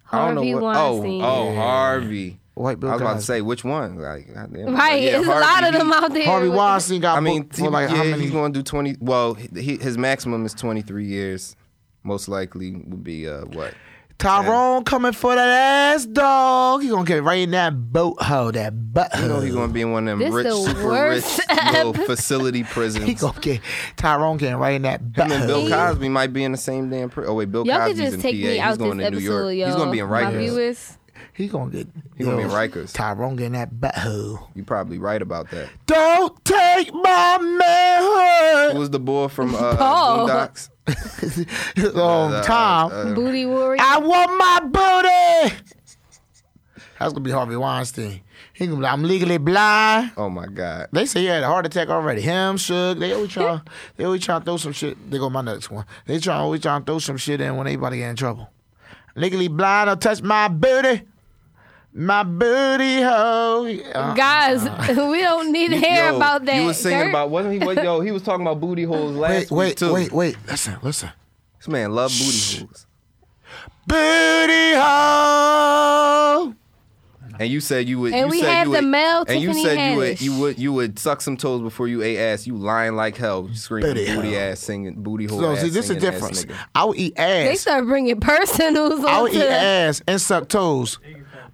Speaker 3: Harvey Weinstein.
Speaker 4: Oh, oh, Harvey.
Speaker 2: White Bill
Speaker 4: I was about to
Speaker 2: Cosby.
Speaker 4: say which one. Like, goddamn.
Speaker 3: Right,
Speaker 4: oh. Yeah,
Speaker 3: it's
Speaker 4: Harvey,
Speaker 3: a lot of
Speaker 4: he-
Speaker 3: them out there.
Speaker 2: Harvey
Speaker 3: with-
Speaker 2: Weinstein got
Speaker 4: I mean,
Speaker 2: booked
Speaker 4: he-
Speaker 2: for like
Speaker 4: yeah,
Speaker 2: how many?
Speaker 4: he's going to do twenty. Well, he, his maximum is twenty three years. Most likely would be uh, what?
Speaker 2: Tyrone coming for that ass dog. He gonna get right in that boat hole, that butthole.
Speaker 4: You know he's going to be in one of them
Speaker 3: This
Speaker 4: rich,
Speaker 3: the
Speaker 4: super
Speaker 3: worst (laughs)
Speaker 4: rich little facility prisons.
Speaker 2: He gonna get Tyrone getting right in that
Speaker 4: Him and Bill
Speaker 2: butthole.
Speaker 4: Cosby might be in the same damn prison. Oh wait, Bill
Speaker 3: Y'all could
Speaker 4: Cosby's
Speaker 3: just
Speaker 4: in
Speaker 3: take me
Speaker 4: PA. he's
Speaker 3: out
Speaker 4: going
Speaker 3: this
Speaker 4: to New York.
Speaker 3: episode, yo.
Speaker 4: He's going to be in
Speaker 3: My
Speaker 4: Rikers.
Speaker 3: viewers,
Speaker 2: He gonna get.
Speaker 4: He's going to be in
Speaker 2: yo,
Speaker 4: Rikers.
Speaker 2: Tyrone getting that butthole.
Speaker 4: You're probably right about that.
Speaker 2: Don't take my
Speaker 4: Who
Speaker 2: manhood. (laughs)
Speaker 4: was the
Speaker 3: (laughs)
Speaker 4: boy from uh,
Speaker 3: Paul.
Speaker 4: Boondocks?
Speaker 2: um, Tom,
Speaker 4: Uh,
Speaker 3: booty warrior.
Speaker 2: I want my booty. That's gonna be Harvey Weinstein. He gonna be like, I'm legally blind.
Speaker 4: Oh
Speaker 3: (laughs)
Speaker 4: my God.
Speaker 2: They say he had a heart attack already. Him, Suge, they always try. they always try to throw some shit. They go my next one. They try always try to throw some shit in when anybody get in trouble. Legally blind, don't touch my booty, my booty hoe. Uh,
Speaker 3: Guys, (laughs) we don't need to hear
Speaker 4: Yo,
Speaker 3: about that.
Speaker 4: You was singing
Speaker 3: Kurt.
Speaker 4: about wasn't he? What, yo, he was talking about booty holes last
Speaker 2: (laughs) wait, wait,
Speaker 4: week too.
Speaker 2: wait, wait. Listen, listen.
Speaker 4: This man love booty holes.
Speaker 2: Booty hoe.
Speaker 4: And you said you would.
Speaker 3: And
Speaker 4: you
Speaker 3: we
Speaker 4: said
Speaker 3: have
Speaker 4: you
Speaker 3: the
Speaker 4: would,
Speaker 3: male
Speaker 4: And you
Speaker 3: Tiffany
Speaker 4: said you would,
Speaker 3: Haddish.
Speaker 4: you would you would suck some toes before you ate ass. You lying like hell, screaming
Speaker 2: Booty
Speaker 4: booty,
Speaker 2: hole.
Speaker 4: ass singing booty hole.
Speaker 2: So
Speaker 4: ass
Speaker 2: see, this is
Speaker 4: singing ass
Speaker 2: difference.
Speaker 4: nigga.
Speaker 2: I would eat ass.
Speaker 3: They start bringing (laughs) personals
Speaker 2: I would
Speaker 3: onto
Speaker 2: eat
Speaker 3: the
Speaker 2: ass and suck toes.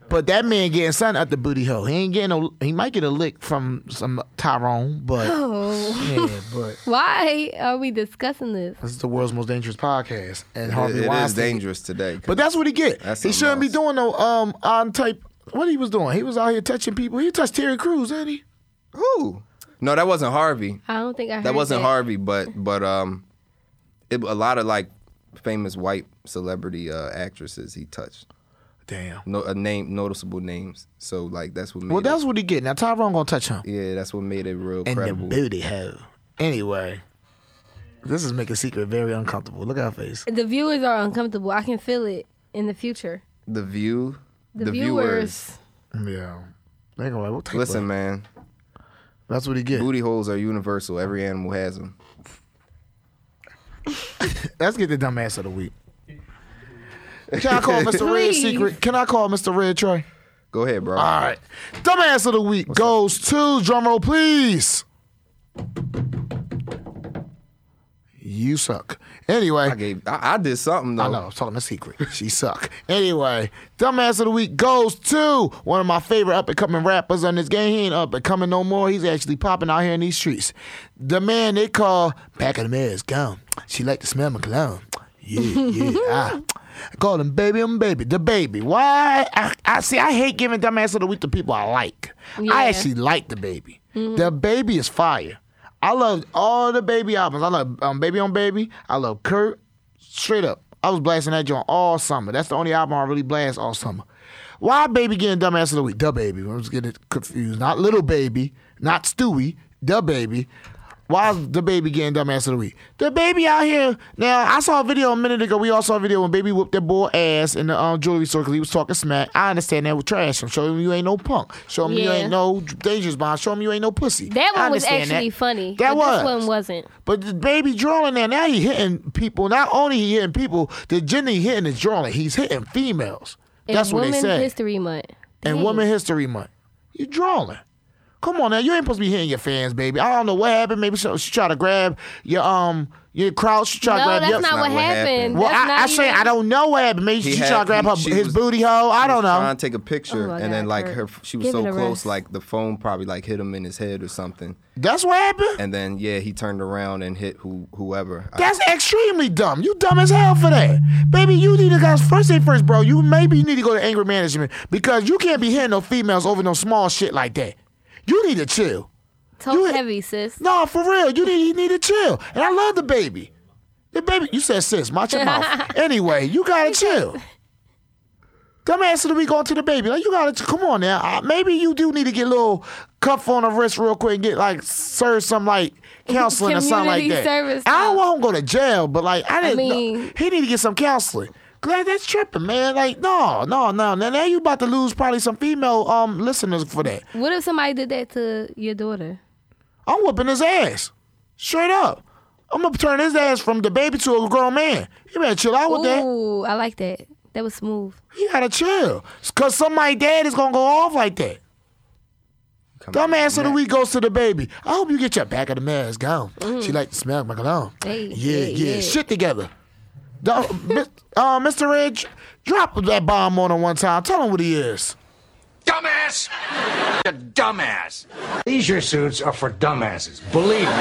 Speaker 2: But that man getting something up the booty hole. He ain't getting no. He might get a lick from some Tyrone, but yeah, but
Speaker 3: Why are we discussing this?
Speaker 2: this is the world's most dangerous podcast, and
Speaker 4: It-
Speaker 2: Harvey
Speaker 4: it is
Speaker 2: Weinstein.
Speaker 4: dangerous today.
Speaker 2: But that's what he get.
Speaker 4: That's
Speaker 2: he
Speaker 4: something
Speaker 2: shouldn't be
Speaker 4: else.
Speaker 2: doing no um on type. What he was doing? He was out here touching people. He touched Terry Crews, didn't he?
Speaker 4: Who? No, that wasn't Harvey.
Speaker 3: I don't think I heard
Speaker 4: That wasn't Harvey, but but um, it, a lot of like famous white celebrity uh, actresses he touched.
Speaker 2: Damn.
Speaker 4: No, a name noticeable names. So like that's what. Made
Speaker 2: Well, that's
Speaker 4: it,
Speaker 2: what he get. Now Tyrone gonna touch him
Speaker 4: yeah, that's what made it real
Speaker 2: and the
Speaker 4: credible.
Speaker 2: booty hole. Anyway, this is making secret very uncomfortable. Look at her face.
Speaker 3: The viewers are uncomfortable. I can feel it in the future.
Speaker 4: The view.
Speaker 3: The, viewers.
Speaker 2: Yeah. They gonna like, what type of-
Speaker 4: Listen, man.
Speaker 2: That's what he get.
Speaker 4: Booty holes are universal. Every animal has them.
Speaker 2: Let's get the dumbass of the week. Can I call Mr. Red
Speaker 3: Please.
Speaker 2: Secret? Can I call Mr. Red Trey?
Speaker 4: Go ahead, bro.
Speaker 2: All right. Dumbass of the week goes to drum roll, please. You suck. Anyway,
Speaker 4: I gave. I, I did something though.
Speaker 2: I know. I was talking a secret. She suck. Anyway, dumbass of the week goes to one of my favorite up and coming rappers on this game. He ain't up and coming no more. He's actually popping out here in these streets. The man they call back of the mirror is gone. She like to smell my cologne. Yeah, yeah. ah. I call him baby, I'm baby, the baby. Why? I, I see. I hate giving dumbass of the week to people I like. I
Speaker 3: Yeah.
Speaker 2: actually like the baby. The baby is fire. I love all the baby albums. I love um, Baby on Baby. I love Kurt. Straight up, I was blasting that joint all summer. That's the only album I really blast all summer. Why baby getting dumbass of the week? The baby. I'm just getting confused. Not little baby. Not Stewie. The baby. Why is the baby getting dumbass of the week? The baby out here. Now I saw a video a minute ago. We all saw a video when baby whooped that boy ass in the um, jewelry store because he was talking smack. I understand that with trash. him. Show him you ain't no punk. Show him you
Speaker 3: Yeah.
Speaker 2: ain't no dangerous bond. Show him you ain't no pussy.
Speaker 3: That
Speaker 2: I
Speaker 3: one was
Speaker 2: understand
Speaker 3: actually
Speaker 2: that.
Speaker 3: funny.
Speaker 2: That
Speaker 3: but
Speaker 2: was.
Speaker 3: This one wasn't.
Speaker 2: But the baby drawing there now he hitting people. Not only he hitting people, the gender he hitting is drawing. He's hitting females.
Speaker 3: And
Speaker 2: That's what they
Speaker 3: Women's
Speaker 2: said.
Speaker 3: History Month.
Speaker 2: and
Speaker 3: Dang.
Speaker 2: Women History Month. You drawing. Come on now, you ain't supposed to be hitting your fans, baby. I don't know what happened. Maybe she, she tried to grab your um your crowd. She tried
Speaker 3: No,
Speaker 2: to grab
Speaker 3: that's
Speaker 2: your.
Speaker 3: not what
Speaker 4: not what
Speaker 3: happened.
Speaker 4: happened.
Speaker 2: well,
Speaker 3: That's
Speaker 2: I, I
Speaker 3: not
Speaker 2: say
Speaker 3: even-
Speaker 2: I don't know what happened. Maybe
Speaker 4: He
Speaker 2: she
Speaker 4: had-
Speaker 2: tried to grab
Speaker 4: he-
Speaker 2: her,
Speaker 4: she
Speaker 2: his
Speaker 4: was-
Speaker 2: booty hole. I don't know.
Speaker 4: Trying to take a picture,
Speaker 3: Oh my
Speaker 4: and then
Speaker 3: God,
Speaker 4: like her,
Speaker 3: Kurt.
Speaker 4: she was
Speaker 3: Give it
Speaker 4: so
Speaker 3: a
Speaker 4: close,
Speaker 3: rest.
Speaker 4: like the phone probably like hit him in his head or something.
Speaker 2: That's what happened.
Speaker 4: And then yeah, he turned around and hit who whoever. I-
Speaker 2: That's extremely dumb. You dumb as hell for that. Baby, you need to guys first thing first, bro. You maybe need to go to anger management because you can't be hitting no females over no small shit like that. You need to chill.
Speaker 3: Tote
Speaker 2: You hit-
Speaker 3: heavy, sis.
Speaker 2: No, for real. You need you need to chill. And I love the baby. The baby you said sis, watch your
Speaker 3: (laughs)
Speaker 2: mouth. Anyway, you gotta chill. Dumbass of the week on to the baby. Like you gotta come on now. Uh, maybe you do need to get a little cuff on the wrist real quick and get like serve some
Speaker 3: (laughs)
Speaker 2: like counseling or something like
Speaker 3: Community
Speaker 2: that.
Speaker 3: service
Speaker 2: I don't
Speaker 3: stuff.
Speaker 2: want him to go to jail, but like I didn't. know-
Speaker 3: mean-
Speaker 2: he need to get some counseling. Glad that's tripping, man. Like no, no, no. Now, now you about to lose probably some female um listeners for that.
Speaker 3: What if somebody did that to your daughter?
Speaker 2: I'm whooping his ass. Straight up. I'm gonna turn his ass from the baby to a grown man. You better chill out with that.
Speaker 3: Ooh, I like that. That was smooth.
Speaker 2: You gotta chill. Cause somebody dad is gonna go off like that.
Speaker 4: Come on,
Speaker 2: Dumbass of the
Speaker 4: man.
Speaker 2: week goes to the baby. I hope you get your back of the mask gone. She like to smell my cologne.
Speaker 3: Mm-hmm. Hey,
Speaker 2: yeah,
Speaker 3: hey,
Speaker 2: yeah,
Speaker 3: yeah.
Speaker 2: Shit together. Dum- (laughs) Mi- uh, Mr. Ridge, drop that bomb on him one time. Tell him what he is.
Speaker 1: Dumbass! The dumbass! Leisure suits are for dumbasses, believe me.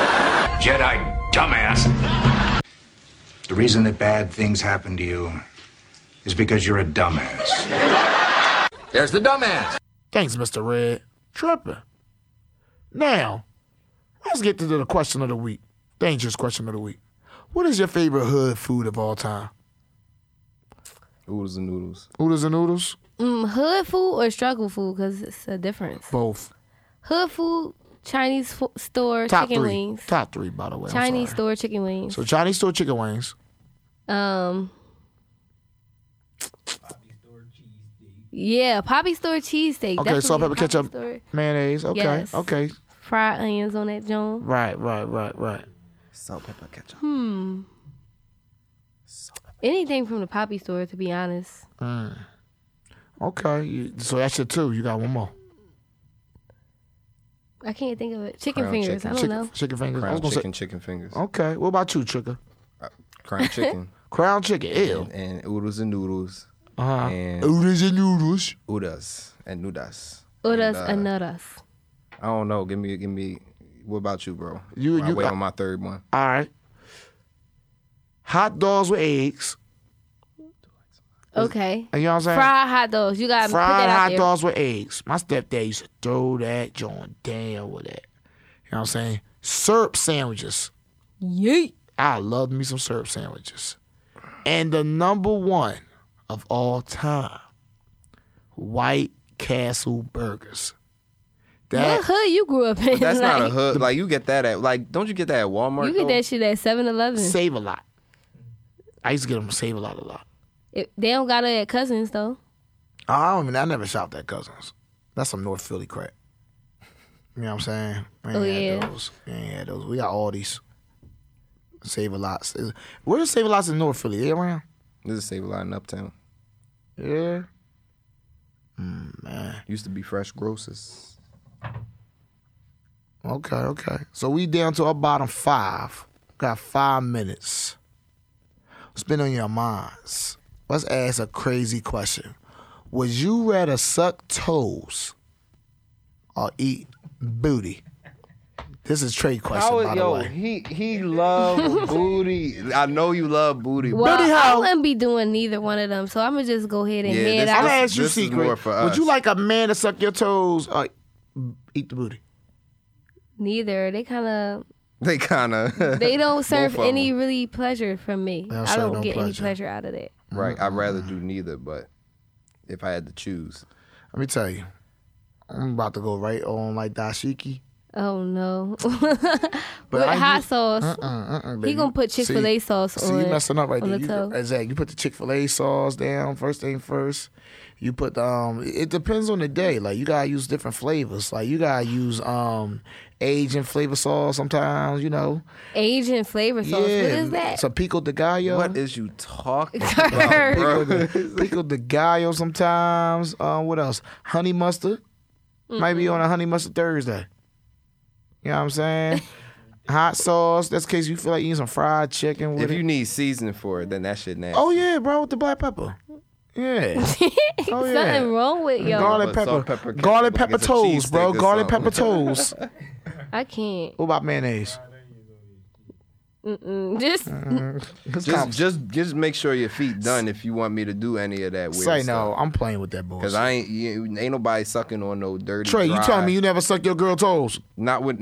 Speaker 1: Jedi dumbass. The reason that bad things happen to you is because you're a dumbass. There's the dumbass!
Speaker 2: Thanks, Mr. Red. Tripping. Now, let's get to the question of the week. Dangerous question of the week. What is your favorite hood food of all time?
Speaker 4: Oodles and noodles.
Speaker 2: Oodles and noodles?
Speaker 3: Mm, hood food or struggle food? Because it's a difference.
Speaker 2: Both.
Speaker 3: Hood food, Chinese fo- store
Speaker 2: Top
Speaker 3: chicken
Speaker 2: three.
Speaker 3: wings.
Speaker 2: Top three, by the way. I'm
Speaker 3: Chinese
Speaker 2: sorry.
Speaker 3: store chicken wings.
Speaker 2: So Chinese store chicken wings.
Speaker 3: Um. Yeah, Poppy store cheesesteak.
Speaker 2: Okay, salt, pepper,
Speaker 3: definitely Poppy
Speaker 2: ketchup,
Speaker 3: Store.
Speaker 2: mayonnaise. Okay,
Speaker 3: Yes.
Speaker 2: okay.
Speaker 3: Fried onions on that Joan.
Speaker 2: Right, right, right, right.
Speaker 4: Salt, pepper, ketchup.
Speaker 3: Hmm. Anything from the Poppy store, to be honest.
Speaker 2: Okay, you- so that's your two. You got one more.
Speaker 3: I can't think of it. Chicken
Speaker 4: Crown
Speaker 3: fingers.
Speaker 4: chicken.
Speaker 3: I don't
Speaker 2: Chicken,
Speaker 3: know.
Speaker 2: chicken fingers. I was
Speaker 4: Crown
Speaker 2: gonna say- Oh.
Speaker 4: chicken, chicken fingers.
Speaker 2: okay, what about you, Chicken?
Speaker 3: (laughs)
Speaker 4: Crown chicken
Speaker 2: Crown chicken, ew.
Speaker 4: and oodles and noodles
Speaker 2: Uh-huh.
Speaker 4: and
Speaker 2: Oodles and noodles.
Speaker 4: udas and nudas.
Speaker 3: Uras and
Speaker 4: And,
Speaker 3: nuras.
Speaker 4: I don't know. Give me, give me. What about you, bro?
Speaker 2: You-
Speaker 4: I
Speaker 2: you
Speaker 4: wait
Speaker 2: got-
Speaker 4: on my
Speaker 3: (laughs)
Speaker 4: third one.
Speaker 2: All right. Hot dogs with eggs.
Speaker 3: Okay.
Speaker 2: You know what I'm saying?
Speaker 3: Fried hot dogs. You got to put
Speaker 2: Fried
Speaker 3: that out
Speaker 2: hot
Speaker 3: there.
Speaker 2: dogs with eggs. My stepdad used to throw that joint down with that. You know what I'm saying? Syrup sandwiches.
Speaker 3: Yeet.
Speaker 2: I love me some syrup sandwiches. And the number one of all time, White Castle burgers.
Speaker 3: What
Speaker 2: That
Speaker 3: hood you grew up in?
Speaker 4: That's not a
Speaker 3: Like,
Speaker 4: hood. Like you get that at like. Don't you get that at Walmart?
Speaker 3: You get
Speaker 4: though?
Speaker 3: that shit at 7 Eleven.
Speaker 2: save a lot. I used to get them save a lot a lot.
Speaker 3: They don't got it at Cousins, though.
Speaker 2: Oh, I don't even. I never shopped at Cousins. That's some North Philly crap. You know what I'm saying? We ain't
Speaker 3: Oh,
Speaker 2: had
Speaker 3: yeah.
Speaker 2: those. We ain't had those. We got all these. Save a lot. Where is Save a Lots in North Philly? They around?
Speaker 4: This is Save a Lot in Uptown.
Speaker 2: Yeah.
Speaker 4: Used to be Fresh Grocers.
Speaker 2: Okay, okay. So we down to our bottom five. Got five minutes. What's been on your minds? Let's ask a crazy question. Would you rather suck toes or eat booty? This is trade question, by the way.
Speaker 4: Oh, he he love booty. I know you love booty. bro.
Speaker 3: Well,
Speaker 2: Booty
Speaker 3: I
Speaker 2: hole.
Speaker 3: wouldn't be doing neither one of them, so I'm gonna just go ahead and
Speaker 4: Yeah,
Speaker 3: head
Speaker 4: this-
Speaker 2: I'm
Speaker 3: out.
Speaker 2: gonna ask you a
Speaker 4: This is
Speaker 2: secret.
Speaker 4: more for
Speaker 2: Would you
Speaker 4: us.
Speaker 2: like a man to suck your toes or eat the booty?
Speaker 3: Neither they kind of
Speaker 4: They kind
Speaker 2: (laughs)
Speaker 4: of
Speaker 3: they don't serve
Speaker 4: Both of 'em.
Speaker 3: any really pleasure from me.
Speaker 2: don't
Speaker 3: I
Speaker 2: serve
Speaker 3: don't
Speaker 2: no
Speaker 3: get any
Speaker 2: pleasure.
Speaker 3: pleasure out of that.
Speaker 4: (laughs) right. I'd rather do neither, but if I had to choose,
Speaker 2: Let me tell you. I'm about to go right on like dashiki.
Speaker 3: Oh no. (laughs) With
Speaker 2: I
Speaker 3: hot
Speaker 2: use-
Speaker 3: sauce.
Speaker 2: Uh-uh,
Speaker 3: He gonna put Chick Fil A sauce
Speaker 2: See,
Speaker 3: on.
Speaker 2: you messing up right
Speaker 3: on
Speaker 2: there.
Speaker 3: the
Speaker 2: You,
Speaker 3: toe.
Speaker 2: exactly. You put the Chick Fil A sauce down first thing first. You put the, um. It depends on the day. Like you gotta use different flavors. Like you gotta use um, Asian flavor sauce sometimes. You know.
Speaker 3: Asian flavor sauce.
Speaker 2: yeah.
Speaker 3: What is that?
Speaker 2: It's
Speaker 3: (laughs)
Speaker 2: a pico de gallo.
Speaker 4: What is you
Speaker 2: (laughs)
Speaker 4: talking
Speaker 3: Girl.
Speaker 4: about, bro?
Speaker 2: pico de gallo sometimes. Uh, what else? Honey mustard. Might be on a honey mustard Thursday. You know what I'm saying? Hot sauce. That's in case you feel like eating some fried chicken with
Speaker 4: If
Speaker 2: it.
Speaker 4: you need seasoning for it, then that shit nasty.
Speaker 2: Oh yeah, bro, with the black pepper. Yeah. oh yeah.
Speaker 3: Something wrong with y'all.
Speaker 2: Garlic
Speaker 4: But
Speaker 2: pepper.
Speaker 4: salt, pepper, ketchup,
Speaker 2: garlic
Speaker 4: like
Speaker 2: pepper
Speaker 4: it's a
Speaker 2: toes,
Speaker 4: cheese
Speaker 2: bro.
Speaker 4: stick or
Speaker 2: Garlic pepper
Speaker 4: something. (laughs)
Speaker 2: toes.
Speaker 3: I can't.
Speaker 2: what about mayonnaise?
Speaker 3: Mm-mm. Mm, Just
Speaker 2: Mm.
Speaker 4: Just, just, just make sure your feet done if you want me to do any of that weird
Speaker 2: Say no.
Speaker 4: stuff.
Speaker 2: I'm playing with that bullshit.
Speaker 4: Cause I ain't, you, ain't nobody sucking on no dirty.
Speaker 2: Trey, you
Speaker 4: dry-
Speaker 2: telling me you never suck your girl toes?
Speaker 4: not with?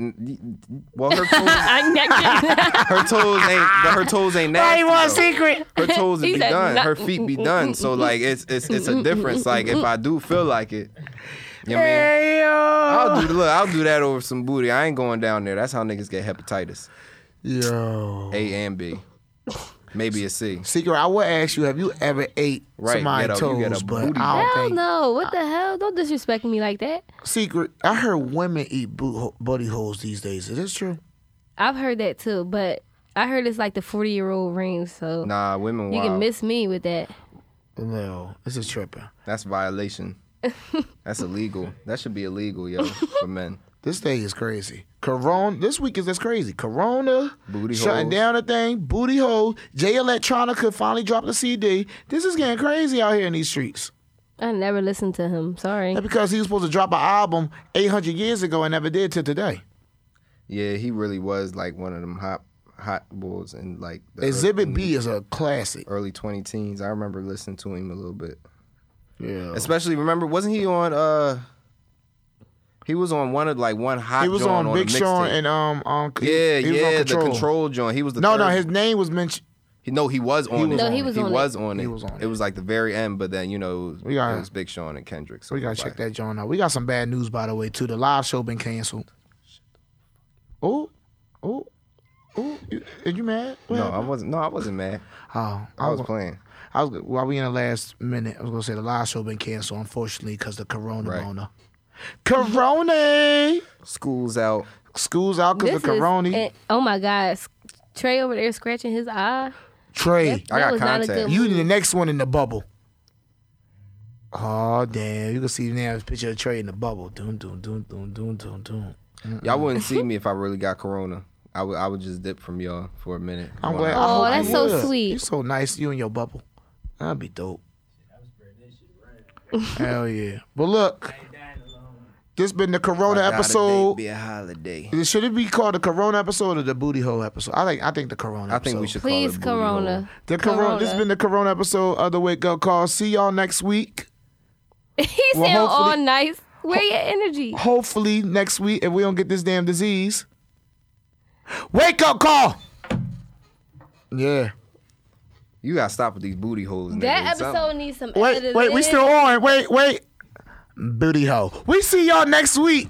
Speaker 4: Well, her toes,
Speaker 3: (laughs) I
Speaker 2: (laughs)
Speaker 3: not
Speaker 4: her toes ain't, but her toes ain't nasty. though.
Speaker 2: secret.
Speaker 3: (laughs)
Speaker 4: her toes
Speaker 3: He
Speaker 4: be
Speaker 3: said
Speaker 4: done,
Speaker 3: not-
Speaker 4: her feet be done. So like it's it's it's a difference. Like if I do feel like it, you know what I mean?
Speaker 2: Hey,
Speaker 4: I'll
Speaker 2: yo.
Speaker 4: do look, I'll do that over some booty. I ain't going down there. That's how niggas get hepatitis.
Speaker 2: Yo.
Speaker 4: A and B. Maybe a C.
Speaker 2: Secret, I would ask you, have you ever ate
Speaker 4: Right,
Speaker 2: somebody's
Speaker 4: get a-
Speaker 2: toes?
Speaker 4: you get a
Speaker 2: but
Speaker 4: booty
Speaker 2: I don't
Speaker 3: Hell
Speaker 2: think.
Speaker 3: no. What the hell? Don't disrespect me like that.
Speaker 2: Secret, I heard women eat boot, booty holes these days. Is this true?
Speaker 3: I've heard that too, but I heard it's like the 40 year old ring, so
Speaker 4: Nah, women
Speaker 3: you
Speaker 4: wild.
Speaker 3: can miss me with that.
Speaker 2: No, this is tripping.
Speaker 4: That's violation. That's illegal. That should be illegal, yo, for men.
Speaker 2: This day is crazy. Corona. This week is just crazy. Corona.
Speaker 4: Booty
Speaker 2: Shutting
Speaker 4: holes.
Speaker 2: down the thing. Booty hole. J Electronica finally dropped the CD. This is getting crazy out here in these streets.
Speaker 3: I never listened to him. Sorry.
Speaker 2: That's because he was supposed to drop an album 800 years ago and never did till today.
Speaker 4: Yeah, he really was like one of them hot hot bulls in like the early-
Speaker 2: Exhibit B is a classic.
Speaker 4: early twenty teens. I remember listening to him a little bit.
Speaker 2: Yeah.
Speaker 4: Especially remember, wasn't he on uh he was on one of like one hot
Speaker 2: He was
Speaker 4: joint
Speaker 2: on Big
Speaker 4: a
Speaker 2: Sean
Speaker 4: mixtape.
Speaker 2: and um um he-
Speaker 4: Yeah,
Speaker 2: he was
Speaker 4: yeah,
Speaker 2: on
Speaker 4: the control joint. He was the
Speaker 2: No,
Speaker 4: third.
Speaker 2: no, his name was mentioned.
Speaker 4: he, no, he was on
Speaker 2: was
Speaker 4: it.
Speaker 2: No, he on
Speaker 3: was
Speaker 4: he
Speaker 3: on it.
Speaker 4: was on it.
Speaker 2: He was on
Speaker 4: it was like the very end, but then you know it was,
Speaker 2: We gotta-
Speaker 4: it was Big Sean and Kendrick. So
Speaker 2: We gotta
Speaker 4: it was
Speaker 2: check
Speaker 4: like-
Speaker 2: that joint out. We got some bad news by the way too. The live show been canceled. Oh, oh, oh! You, are you mad? What
Speaker 4: No, I
Speaker 2: happened?
Speaker 4: wasn't. No, I wasn't mad.
Speaker 2: oh,
Speaker 4: I was
Speaker 2: gonna-
Speaker 4: playing.
Speaker 2: I was while we in the last minute. I was gonna say the live show been canceled unfortunately because the corona.
Speaker 4: Right.
Speaker 2: Corona. Corona.
Speaker 4: School's out.
Speaker 2: Schools out because
Speaker 3: This
Speaker 2: of corona.
Speaker 3: is- eh, oh my God. Trey over there scratching his eye.
Speaker 2: Trey,
Speaker 4: I got
Speaker 3: was not a
Speaker 4: contact.
Speaker 3: good
Speaker 2: you the next one in the bubble. Oh damn! You can see now this picture of Trey in the bubble. Doom, doom, doom, doom, doom, doom, doom.
Speaker 4: Y'all
Speaker 2: (laughs)
Speaker 4: wouldn't see me if I really got corona. I would. I would just dip from y'all for a minute.
Speaker 2: I'm
Speaker 4: Going
Speaker 2: glad.
Speaker 4: out.
Speaker 2: I
Speaker 3: Oh,
Speaker 2: hope
Speaker 3: that's
Speaker 2: you
Speaker 3: so
Speaker 2: would.
Speaker 3: sweet.
Speaker 2: You so nice. You in your bubble. That'd be dope. Hell yeah! But look, this been the Corona
Speaker 4: Gotta
Speaker 2: episode.
Speaker 4: Be a holiday.
Speaker 2: Should it be called the Corona episode or the Booty Hole episode? I think I think the Corona.
Speaker 4: I think
Speaker 2: episode.
Speaker 4: we should.
Speaker 3: Please,
Speaker 4: call it booty hole.
Speaker 3: Corona.
Speaker 2: The corona. This has been the Corona episode of the Wake Up Call. See y'all next week.
Speaker 3: (laughs) He
Speaker 2: Well,
Speaker 3: sound all
Speaker 2: hopefully-
Speaker 3: nice. Where your energy?
Speaker 2: Hopefully next week, if we don't get this damn disease. Wake up call. Yeah.
Speaker 4: You gotta stop with these booty holes.
Speaker 3: That
Speaker 4: nigga. Something-
Speaker 3: episode needs some
Speaker 2: Wait,
Speaker 3: editing.
Speaker 2: wait, we still on. Wait, wait. Booty hole. We see y'all next week.